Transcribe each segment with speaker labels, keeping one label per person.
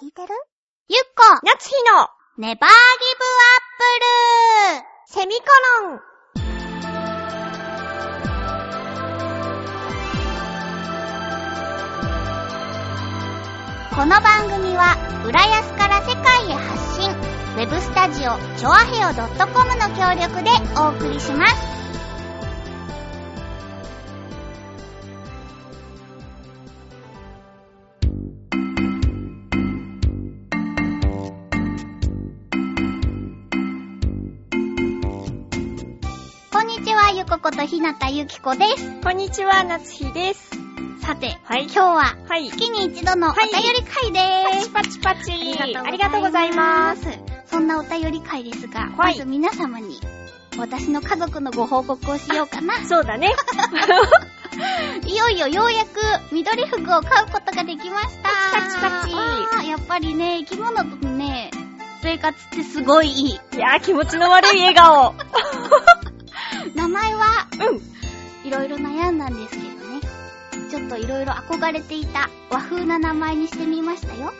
Speaker 1: 聞いてるゆっこ
Speaker 2: 夏日の
Speaker 1: ネバーギブアップル
Speaker 2: セミコロン
Speaker 1: この番組は浦安から世界へ発信ウェブスタジオチョアヘオ .com の協力でお送りしますこんにちはゆこことひなたゆきこです
Speaker 2: こんにちは、夏日です。
Speaker 1: さて、
Speaker 2: はい
Speaker 1: 今日は
Speaker 2: はい。
Speaker 1: 月に一度のお便り会で
Speaker 2: パ
Speaker 1: ー
Speaker 2: チ
Speaker 1: す、
Speaker 2: パチパチ。あ
Speaker 1: あ
Speaker 2: り
Speaker 1: りがと
Speaker 2: がとう
Speaker 1: う
Speaker 2: ご
Speaker 1: ご
Speaker 2: ざ
Speaker 1: ざ
Speaker 2: い
Speaker 1: い
Speaker 2: ま。
Speaker 1: ますそんなお便り会ですが、
Speaker 2: は
Speaker 1: ま
Speaker 2: い
Speaker 1: ず皆様に私の家族のご報告をしようかな。
Speaker 2: そうだね。
Speaker 1: いよいよようやく緑服を買うことができました。
Speaker 2: パチパチパチ
Speaker 1: わーやっぱりね、生き物とね、生活ってすごいいい。
Speaker 2: いやー、気持ちの悪い笑顔。
Speaker 1: 名前は、
Speaker 2: うん
Speaker 1: いろいろ悩んだんですけどね。ちょっといろいろ憧れていた和風な名前にしてみましたよ。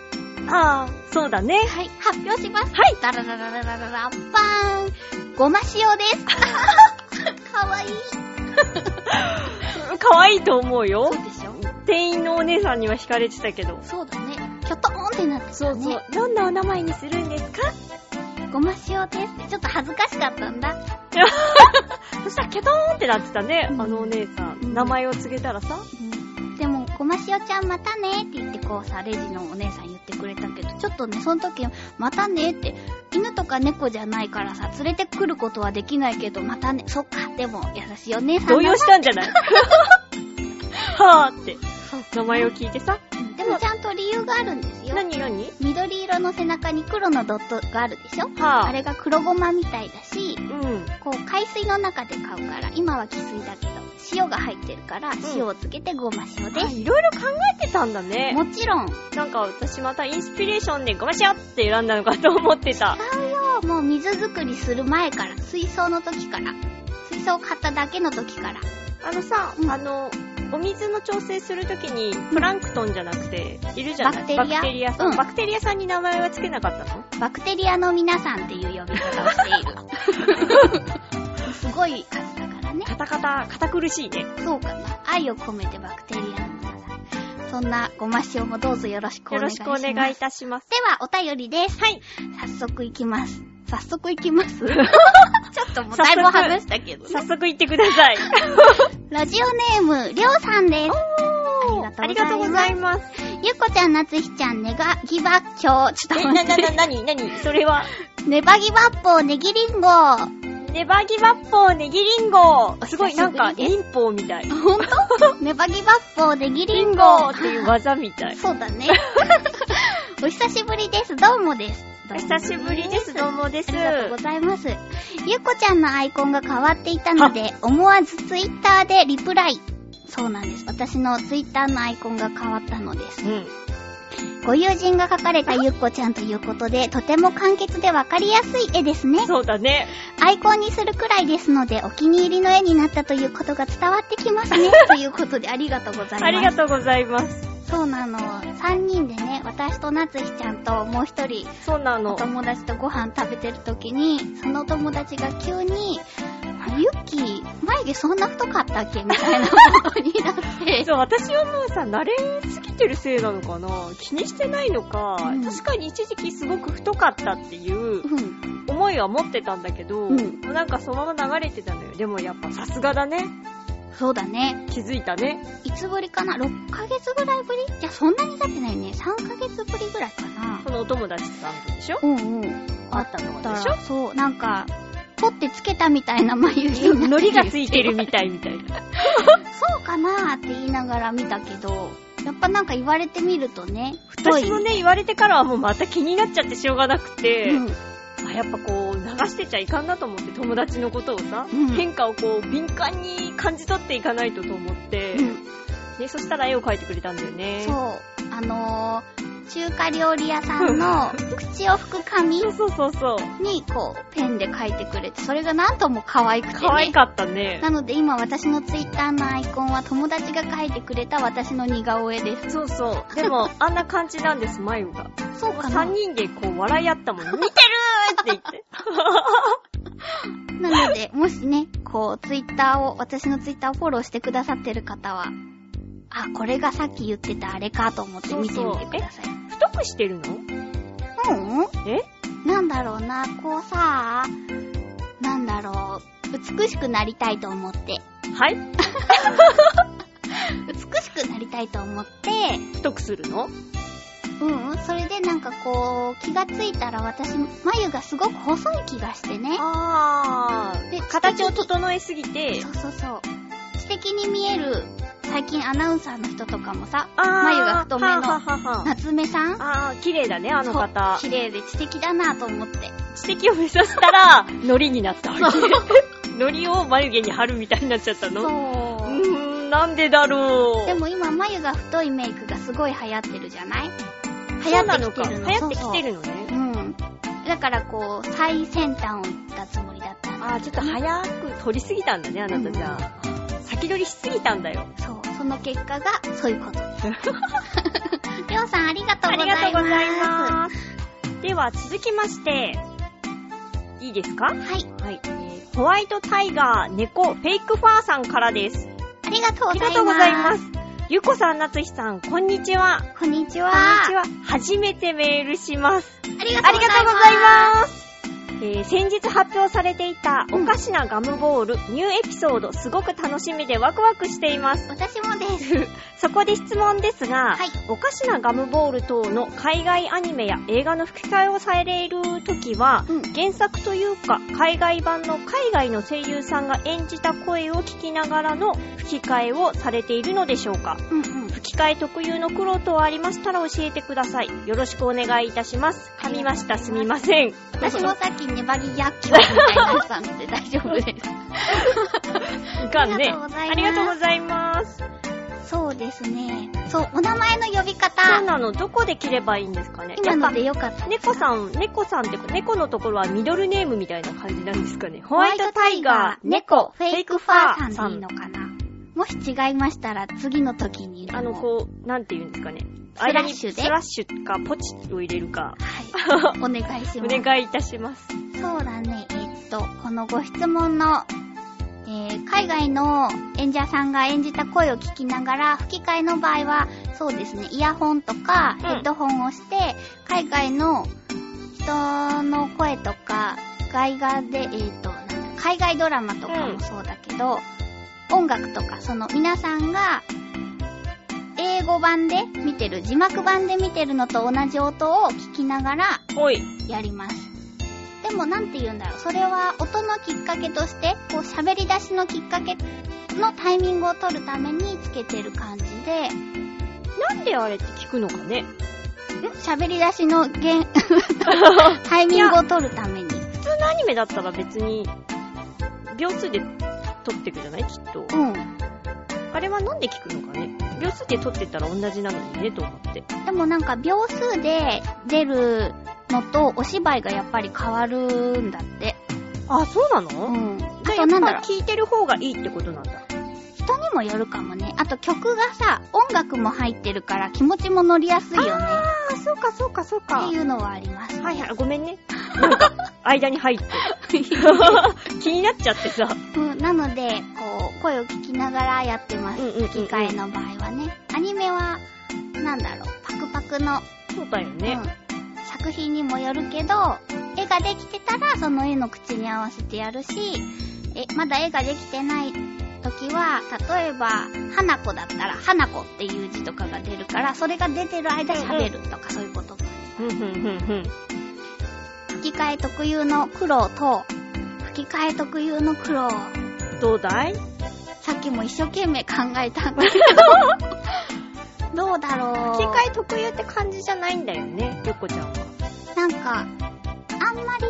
Speaker 2: ああ、そうだね。
Speaker 1: はい、発表します。
Speaker 2: はい。
Speaker 1: ダラララララララ、パーン。ごま塩 です。かわいい。
Speaker 2: 可愛いと思うよ
Speaker 1: そう。でしょ
Speaker 2: 店員のお姉さんには惹かれてたけど。
Speaker 1: そうだね。キョトーンってなってたね。
Speaker 2: そうそう。どんなお名前にするんですか
Speaker 1: ごま塩ですってちょっと恥ずかしかったんだ。
Speaker 2: そしたら、キャトーンってなってたね。あ
Speaker 1: うん
Speaker 2: のお姉さ
Speaker 1: うん
Speaker 2: ん。名前を告げたらさ。
Speaker 1: でも、ごま塩ちゃんまたねって言ってこうさ、レジのお姉さん言ってくれたけど、ちょっとね、その時、またねって、犬とか猫じゃないからさ、連れてくることはできないけど、またね、そっか、でも優しいお姉さんだ
Speaker 2: 動
Speaker 1: な
Speaker 2: 揺したんじゃ ないはーって。名前を聞いてさ。
Speaker 1: うんでもちゃんと理由があるんですよ。
Speaker 2: 何何
Speaker 1: 緑色の背中に黒のドットがあるでしょ
Speaker 2: は
Speaker 1: あれが黒ごまみたいだし、
Speaker 2: うん。
Speaker 1: こう海水の中で買うから今は汽水だけど塩が入ってるから塩をつけてごま塩で
Speaker 2: あ
Speaker 1: す、
Speaker 2: いろいろ考えてたんだね。
Speaker 1: もちろん
Speaker 2: なんか私またインスピレーションでごましょって選んだのかと思ってた。
Speaker 1: もう水作りする前から水槽の時から水槽を買っただけの時から
Speaker 2: あのさ、
Speaker 1: うん
Speaker 2: あの、お水の調整するときに、プランクトンじゃなくて、いるじゃな
Speaker 1: バ
Speaker 2: い
Speaker 1: クテリア
Speaker 2: バクテリアさん、
Speaker 1: うん
Speaker 2: バクテリアさんに名前はつけなかったの
Speaker 1: バクテリアの皆さんっていう呼び方をして いるすごい数だからね
Speaker 2: カタカタ、堅苦しいね。
Speaker 1: そうかな愛を込めてバクテリアの皆さんそんなごま塩もどうぞよろしくお
Speaker 2: よ
Speaker 1: 願
Speaker 2: ろ
Speaker 1: いし
Speaker 2: しく
Speaker 1: ま
Speaker 2: お
Speaker 1: す
Speaker 2: 願いいたします。
Speaker 1: では、お便りです。
Speaker 2: はい。
Speaker 1: 早速いきます。早速いき ます。ちょっともうだいぶ
Speaker 2: 早速
Speaker 1: 話したけどね、
Speaker 2: 早速行ってください。
Speaker 1: ラジオネーム、りょうさんです。
Speaker 2: お
Speaker 1: ありがとうござい
Speaker 2: ます。
Speaker 1: ゆっこちゃん、なつひちゃん、ネガギバッチョ。ちょっ
Speaker 2: え、
Speaker 1: と
Speaker 2: な、
Speaker 1: 待
Speaker 2: な、
Speaker 1: っ
Speaker 2: な、なに、なに、それは、
Speaker 1: て。ネバギバッポー、ネギリンゴ。ほん
Speaker 2: ネバギバッポーネギリンゴすごいなんか
Speaker 1: 久し、ぶり
Speaker 2: 忍法みたい。
Speaker 1: とネバギバッポー、ネギリ
Speaker 2: リ
Speaker 1: ン
Speaker 2: ン
Speaker 1: ゴ
Speaker 2: ゴ。 っていう技みたい。
Speaker 1: そうだね。 お久しぶりです。どうもです。
Speaker 2: お久しぶり です、どうもです。
Speaker 1: ありがとうございます。ゆっこちゃんのアイコンが変わっていたので、思わずツイッターでリプライ。そうなんです。私のツイッターのアイコンが変わったのです。
Speaker 2: うん。
Speaker 1: ご友人が描かれたゆっこちゃんということで、とても簡潔でわかりやすい絵ですね。
Speaker 2: そうだね。
Speaker 1: アイコンにするくらいですので、お気に入りの絵になったということが伝わってきます ね。ということで、ありがとうございます。
Speaker 2: ありがとうございます。
Speaker 1: そうなの。3人でね、私となつひちゃんともう一人、
Speaker 2: そうな
Speaker 1: お
Speaker 2: の。
Speaker 1: 友達とご飯食べてる時にそのお友達が急に「あユッキー眉毛そんな太かったっけ?」みたいなことになって
Speaker 2: そう、私はもうさ、慣れすぎてるせいなのかな気にしてないのか、
Speaker 1: うん
Speaker 2: 確かに一時期すごく太かったっていう
Speaker 1: うん
Speaker 2: 思いは持ってたんだけど、
Speaker 1: うん
Speaker 2: もうなんかそのまま流れてたのよ。でもやっぱさすがだね。
Speaker 1: そうだね
Speaker 2: 気づいたね。
Speaker 1: いつぶりかな6ヶ月ぐらいぶりじゃそんなに経ってないね3ヶ月ぶりぐらいかな
Speaker 2: そのお友達さんとでしょ
Speaker 1: うんうん
Speaker 2: あったの
Speaker 1: だ
Speaker 2: がでし
Speaker 1: からそうなんか取ってつけたみたいな眉毛
Speaker 2: ょ
Speaker 1: にな
Speaker 2: ノ
Speaker 1: って
Speaker 2: リがついてるみたいみたい な。
Speaker 1: そうかなーって言いながら見たけどやっぱなんか言われてみるとね太い
Speaker 2: 私もね、言われてからはもうまた気になっちゃってしょうがなくて、
Speaker 1: うん
Speaker 2: あやっぱこう流してちゃいかんなと思って友達のことをさ、
Speaker 1: うん
Speaker 2: 変化をこう敏感に感じ取っていかないとと思って、
Speaker 1: うん
Speaker 2: ね、そしたら絵を描いてくれたんだよね
Speaker 1: そう。あのー、中華料理屋さん の口を拭く紙
Speaker 2: そうそうそうそう。
Speaker 1: にこうペンで書いてくれて、それがなんとも可愛くて、ね。
Speaker 2: 可愛かったね。
Speaker 1: なので今私のツイッターのアイコンは友達が書いてくれた私の似顔絵です。
Speaker 2: そうそう。でも、あんな感じなんです、眉が。
Speaker 1: そうかな
Speaker 2: 三人でこう笑い合った もん。見てるーって言って。
Speaker 1: なので、もしね、こう、ツイッターを、私のツイッターをフォローしてくださってる方は、あ、これがさっき言ってたあれかと思って見てみてください。
Speaker 2: 太くしてるの
Speaker 1: うんうん
Speaker 2: え
Speaker 1: なんだろうな、こうさ、なんだろう、美しくなりたいと思って、
Speaker 2: はい
Speaker 1: 美しくなりたいと思って、
Speaker 2: 太くするの
Speaker 1: うんうん、それでなんかこう、気がついたら私、眉がすごく細い気がしてね。
Speaker 2: あ
Speaker 1: で、
Speaker 2: ー。形を整えすぎて、
Speaker 1: そうそうそう。素敵に見える、最近アナウンサーの人とかもさ、
Speaker 2: あー。
Speaker 1: 眉が太めの
Speaker 2: はあはあはあ
Speaker 1: 夏目さん
Speaker 2: あー、綺麗だね、あの方
Speaker 1: そ。う綺麗で知的だなと思って。
Speaker 2: 知的を目指したら、 ノリになったわけ。ノリを眉毛に貼るみたいになっちゃったのう
Speaker 1: そ
Speaker 2: ーん、なんでだろう。
Speaker 1: でも今、眉が太いメイクがすごい流行ってるじゃない流
Speaker 2: そうな
Speaker 1: 行
Speaker 2: の
Speaker 1: って
Speaker 2: か、
Speaker 1: きて
Speaker 2: 流
Speaker 1: るの。
Speaker 2: 行ってきて
Speaker 1: る。
Speaker 2: るのね。
Speaker 1: うん。だからこう、最先端を行ったつもりだったんだ
Speaker 2: あー、ちょっと早く撮りすぎたんだね、あなたじゃあ。先取りしすぎたんだよ。
Speaker 1: そう。その結果が、そういうこと です。りょうさん、ありがとう
Speaker 2: あ
Speaker 1: ござ
Speaker 2: り
Speaker 1: います。
Speaker 2: がとうございます。では、続きまして、いいですか
Speaker 1: す。はい。
Speaker 2: はい、えーホワイトタイガー猫フェイクファーさんからです。
Speaker 1: ありがとう
Speaker 2: あ
Speaker 1: ございます。
Speaker 2: りがとうございます。ゆこさん、なつひさん、こんにちは。
Speaker 1: こんにちは。
Speaker 2: こんにちは。初めてメールします。
Speaker 1: ありが
Speaker 2: あ
Speaker 1: とうござ
Speaker 2: り
Speaker 1: い
Speaker 2: が
Speaker 1: ます。
Speaker 2: とうございます。えー先日発表されていたおかしなガムボール、ニューエピソード、すごく楽しみでワクワクしています。
Speaker 1: 私もです。
Speaker 2: そこで質問です
Speaker 1: は
Speaker 2: が、
Speaker 1: い
Speaker 2: おかしなガムボール等の海外アニメや映画の吹き替えをされるときは、
Speaker 1: うん
Speaker 2: 原作というか海外版の海外の声優さんが演じた声を聞きながらの吹き替えをされているのでしょうか
Speaker 1: うんうん。
Speaker 2: 吹き替え特有の苦労等ありましたら教えてくださいよろしくお願いいたします噛みましたすみません
Speaker 1: 私もさっき粘り薬莢みたいになってたので大丈夫です。
Speaker 2: いかんね
Speaker 1: あ
Speaker 2: あ
Speaker 1: り
Speaker 2: り
Speaker 1: がと
Speaker 2: がと
Speaker 1: う
Speaker 2: う
Speaker 1: ご
Speaker 2: ございます
Speaker 1: そうですね。そう、お名前の呼び方。
Speaker 2: そうなのどこで切ればいいんですかね
Speaker 1: 今
Speaker 2: やっ
Speaker 1: の
Speaker 2: ぱ
Speaker 1: でよかった。
Speaker 2: 猫さん、猫さんってか、猫のところはミドルネームみたいな感じなんですかね。ホワイトタイガー、
Speaker 1: 猫、フ
Speaker 2: ェ
Speaker 1: ェ
Speaker 2: イ
Speaker 1: イ
Speaker 2: ク
Speaker 1: ク
Speaker 2: フ
Speaker 1: フ
Speaker 2: ァ
Speaker 1: ァ
Speaker 2: ー
Speaker 1: ー
Speaker 2: さ
Speaker 1: さ
Speaker 2: ん
Speaker 1: んでいいのかな。もし違いましたら、次の時に。
Speaker 2: あの、こう、なんて言うんですかね。
Speaker 1: スラッ
Speaker 2: ス
Speaker 1: シュで
Speaker 2: ラッシュか、ポチを入れるか
Speaker 1: う。、はい。お願い し
Speaker 2: お
Speaker 1: ます。
Speaker 2: 願いいたします。
Speaker 1: そうだね。えっと、このご質問の、えー海外の演者さんが演じた声を聞きながら、吹き替えの場合は、そうですね、イヤホンとか
Speaker 2: うん
Speaker 1: ヘッドホンをして、海外の人の声とか、外画で、えっ、と、なんだ海外ドラマとかもそうだけど、音楽とか、その皆さんが、英語版で見てる、字幕版で見てるのと同じ音を聞きながら、
Speaker 2: おい。
Speaker 1: やります。でもなんて言うんだろう。それは音のきっかけとして、こう喋り出しのきっかけのタイミングを取るためにつけてる感じで、ん
Speaker 2: なんであれって聞くのかね。
Speaker 1: 喋り出しの 弦タイミングを取るために。
Speaker 2: 普通のアニメだったら別に、秒数で撮ってくじゃないきっと。
Speaker 1: うん。
Speaker 2: あれはなんで聞くのかね。秒数で撮ってたら同じなのにね、と思って。
Speaker 1: でもなんか秒数で出るのとお芝居がやっぱり変わるんだって。
Speaker 2: あ、そうな
Speaker 1: う
Speaker 2: の
Speaker 1: ん。あ
Speaker 2: じゃあ、や
Speaker 1: となんだろ
Speaker 2: っぱ
Speaker 1: う。
Speaker 2: 聞いてる方がいいってことなんだ。
Speaker 1: 人にもよるかもね。あと曲がさ、音楽も入ってるから気持ちも乗りやすいよね。
Speaker 2: あ、そうか、そうか、そう
Speaker 1: っていうのはあります、ね。
Speaker 2: はいはい、ごめ んね。なんか、間に入って。 気になっちゃってさ。
Speaker 1: うん、なので、こう、声を聞きながらやってます。
Speaker 2: うんうんうんうん
Speaker 1: 吹き替えの場合はね。アニメは、なんだろう、パクパクの、
Speaker 2: そうだよね。
Speaker 1: うん、作品にもよるけど、絵ができてたら、その絵の口に合わせてやるし、え、まだ絵ができてない時は、例えば、花子だったら、花子っていう字とかが出るから、それが出てる間喋るとか、そういうこと。
Speaker 2: うん、うん、うん、うん。
Speaker 1: 吹き替え特有の苦労と、吹き替え特有の苦労。
Speaker 2: どうだい
Speaker 1: さっきも一生懸命考えたんだけ ど、どうだろう。
Speaker 2: 吹き替え特有って感じじゃないんだよね、ゆっこちゃんは。
Speaker 1: なんか、あんまり、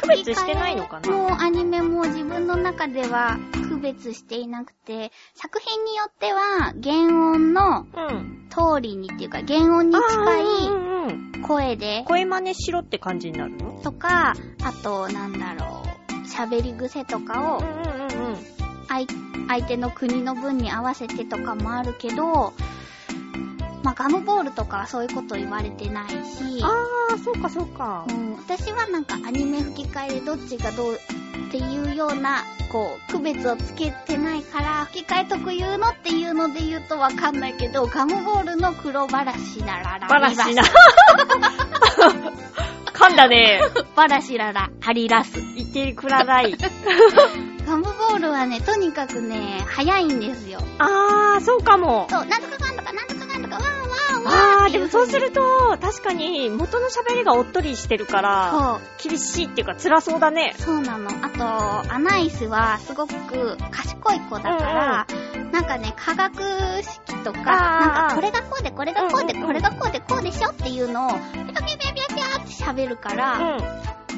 Speaker 2: 区別してないのかな
Speaker 1: もうアニメも自分の中では区区別していなくて、作品によっては原音の
Speaker 2: うん。
Speaker 1: 通りにっていうか、原音に近
Speaker 2: あーう
Speaker 1: い
Speaker 2: んうんうん。
Speaker 1: 声で、
Speaker 2: 声真似しろって感じになるの
Speaker 1: とか、あと、なんだろう、喋り癖とかを
Speaker 2: うんうんうんうん。
Speaker 1: 相相手の国の分に合わせてとかもあるけど、まあ、ガムボールとかはそういうこと言われてないし、
Speaker 2: あー、そうかそうか
Speaker 1: う。ん、私はなんかアニメ吹き替えでどっちがどうっていうような、こう、区別をつけてないから、吹き替え特有のっていうので言うとわかんないけど、ガムボールの黒バラシラララ。
Speaker 2: バラシな。噛んだね。
Speaker 1: バラシララ、ハリラス。
Speaker 2: 言ってくらない。
Speaker 1: ガムボールはね、とにかくね、早いんですよ。
Speaker 2: あー、そうかも。
Speaker 1: そう、なんとかかんとか、なんとかかんとか、わーわーわー
Speaker 2: あ
Speaker 1: って
Speaker 2: ー、で
Speaker 1: い風
Speaker 2: もそう
Speaker 1: に
Speaker 2: すると、確かに元の喋りがおっとりしてるから、
Speaker 1: そう、
Speaker 2: 厳しいっていうか辛そうだね。
Speaker 1: そうなの。あと、アナイスはすごく賢い子だから、なんかね、化学式とか、
Speaker 2: あー
Speaker 1: なんかこれがこうで、これがこうで、
Speaker 2: うんうんうん
Speaker 1: これがこうで、こうでしょっていうのを、ピャピャピャピャピャって喋るか
Speaker 2: う
Speaker 1: ら、
Speaker 2: ん。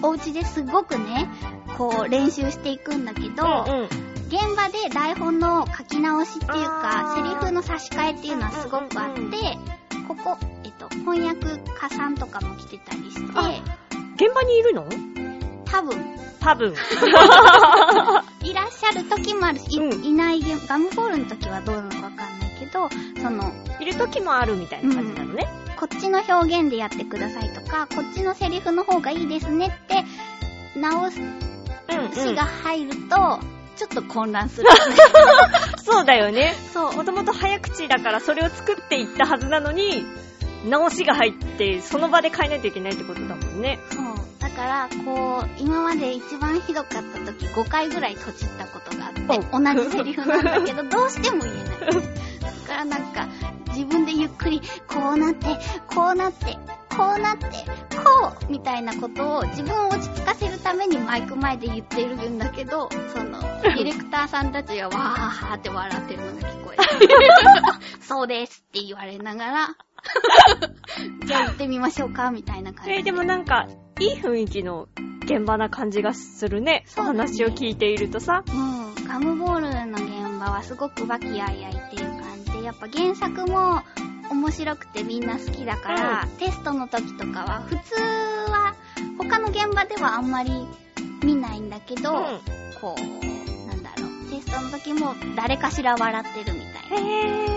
Speaker 1: お家ですごくね、こう練習していくんだけど、
Speaker 2: うんうん。
Speaker 1: 現場で台本の書き直しっていうか
Speaker 2: あ、
Speaker 1: セ
Speaker 2: ー
Speaker 1: リフの差し替えっていうのはすごくあっ
Speaker 2: うんうん
Speaker 1: て、ここ、えっと、翻訳家さんとかも来てたりして、
Speaker 2: あ現場にいるの
Speaker 1: 多分、
Speaker 2: 多分。
Speaker 1: いらっしゃる時もあるし、い,、
Speaker 2: うん
Speaker 1: ないゲームガムボールの時はどうなのかわかんないけど、その、
Speaker 2: いる時もあるみたいな感じなのね。
Speaker 1: こっちの表現でやってくださいとか、こっちのセリフの方がいいですねって、直し
Speaker 2: うん、
Speaker 1: が入ると、 ちょっと混乱する、
Speaker 2: そうだよね。
Speaker 1: そう。
Speaker 2: もともと早口だからそれを作っていったはずなのに、直しが入って、その場で変えないといけないってことだもんね。
Speaker 1: そう。だから、こう、今まで一番ひどかった時5回ぐらい閉じったことがあって、同じセリフなんだけど、どうしても言えない。だからなんか、自分でゆっくり、こうなって、こうなって、こうなって、こうみたいなことを自分を落ち着かせるためにマイク前で言っているんだけど、その、ディレクターさんたちがわーはーって笑ってるのが聞こえる。そうですって言われながら、じゃあ行ってみましょうか、みたいな感じ
Speaker 2: えーでもなんか、いい雰囲気の現場な感じがするね。
Speaker 1: そ
Speaker 2: お
Speaker 1: うだね
Speaker 2: 話を聞いているとさ。
Speaker 1: もう、ガムボールの現場はすごく和気あいあいっていう感じで、やっぱ原作も面白くてみんな好きだから、テストの時とかは、普通は、他の現場ではあんまり見ないんだけど、
Speaker 2: う
Speaker 1: こう、なんだろう、テストの時も誰かしら笑ってるみたい
Speaker 2: ん。
Speaker 1: な。
Speaker 2: へー。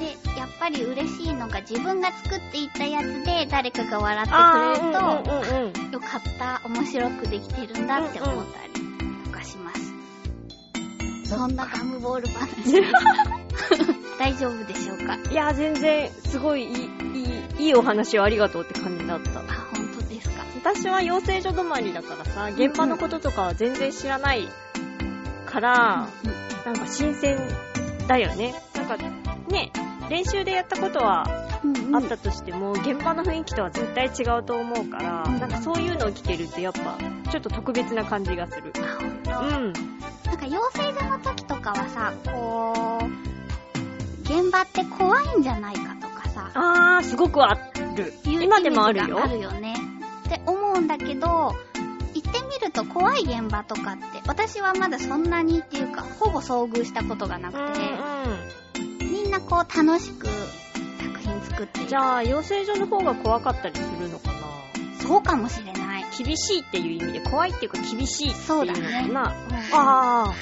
Speaker 1: で、やっぱり嬉しいのが自分が作っていったやつで誰かが笑ってくれると、
Speaker 2: ー、うんうんうんうん。
Speaker 1: よかった、面白くできてるんだって思ったりとかします。そんなガムボール 話。大丈夫でしょうか
Speaker 2: いや、全然、すごいいい、いい、いいお話をありがとうって感じだった。
Speaker 1: あ、本当ですか。
Speaker 2: 私は養成所止まりだからさ、現場のこととかは全然知らないから、
Speaker 1: うん
Speaker 2: なんか新鮮だよね。なんか、ね、練習でやったことは
Speaker 1: うんうん
Speaker 2: あったとしても、現場の雰囲気とは絶対違うと思うから、
Speaker 1: うん
Speaker 2: なんかそういうのを聞けるってやっぱ、ちょっと特別な感じがする。
Speaker 1: あ、本当。
Speaker 2: う
Speaker 1: なん
Speaker 2: ん。
Speaker 1: か養成所の時とかはさ、こう、現場って怖いんじゃないかとかさ、
Speaker 2: あー、すごくある。
Speaker 1: いう
Speaker 2: 今でもある
Speaker 1: イメージ
Speaker 2: よ
Speaker 1: があ。るよね。って思うんだけど、行ってみると怖い現場とかって、私はまだそんなにっていうか、ほぼ遭遇したことがなく
Speaker 2: うん
Speaker 1: て、
Speaker 2: う
Speaker 1: みんなこう楽しく作品作ってい
Speaker 2: ん。
Speaker 1: る
Speaker 2: じゃあ、養成所の方が怖かったりするのかな
Speaker 1: そうかもしれない。
Speaker 2: 厳しいっていう意味で、怖いっていうか厳しいっていうのか
Speaker 1: そう
Speaker 2: な。
Speaker 1: あ
Speaker 2: あ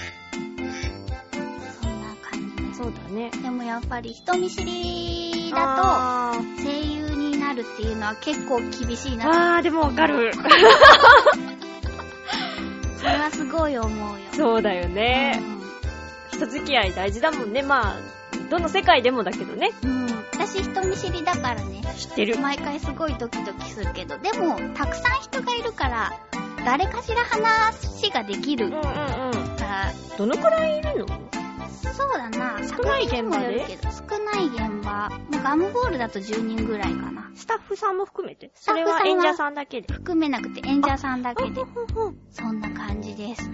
Speaker 1: そんな感じで
Speaker 2: あ、そうだね。
Speaker 1: す。でもやっぱり人見知りだ
Speaker 2: あー
Speaker 1: と声優になるっていうのは結構厳しいな
Speaker 2: あー、でもわかる。
Speaker 1: それはすごい思うよ。
Speaker 2: そうだよね。
Speaker 1: う
Speaker 2: 人付き合い大事だもんね。まあ、どの世界でもだけどね。
Speaker 1: ん。うん。私人見知りだからね、
Speaker 2: 知ってる。
Speaker 1: 毎回すごいドキドキするけど、でもたくさん人がいるから、誰かしら話ができ
Speaker 2: う
Speaker 1: る
Speaker 2: んうんうん。
Speaker 1: から、
Speaker 2: どのくらいいるの
Speaker 1: そうだな、
Speaker 2: 少ない現
Speaker 1: 作品に
Speaker 2: 場で
Speaker 1: もよるけど少ない現場。もうガムボールだと10人ぐらいかな。
Speaker 2: スタッフさんも含めて。
Speaker 1: ス
Speaker 2: そ
Speaker 1: タッ
Speaker 2: れ
Speaker 1: フさんは
Speaker 2: は演者さんだけで。
Speaker 1: 含めなくて演者さんだけで。そんな感じです。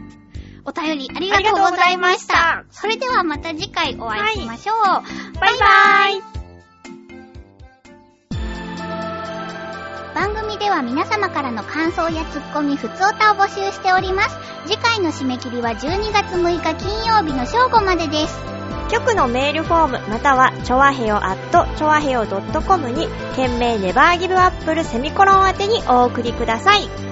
Speaker 1: お便りありがとうございました。
Speaker 2: ありがとうございまし
Speaker 1: それではまた次回お会いしましょう。
Speaker 2: バイバーイ
Speaker 1: 番組では皆様からの感想やツッコミ、ふつおたを募集しております。次回の締め切りは12月6日金曜日の正午までです。
Speaker 2: 局のメールフォームまたはチョアヘヨアットチョアヘヨ .com に件名ネバーギブアップルセミコロン宛てにお送りください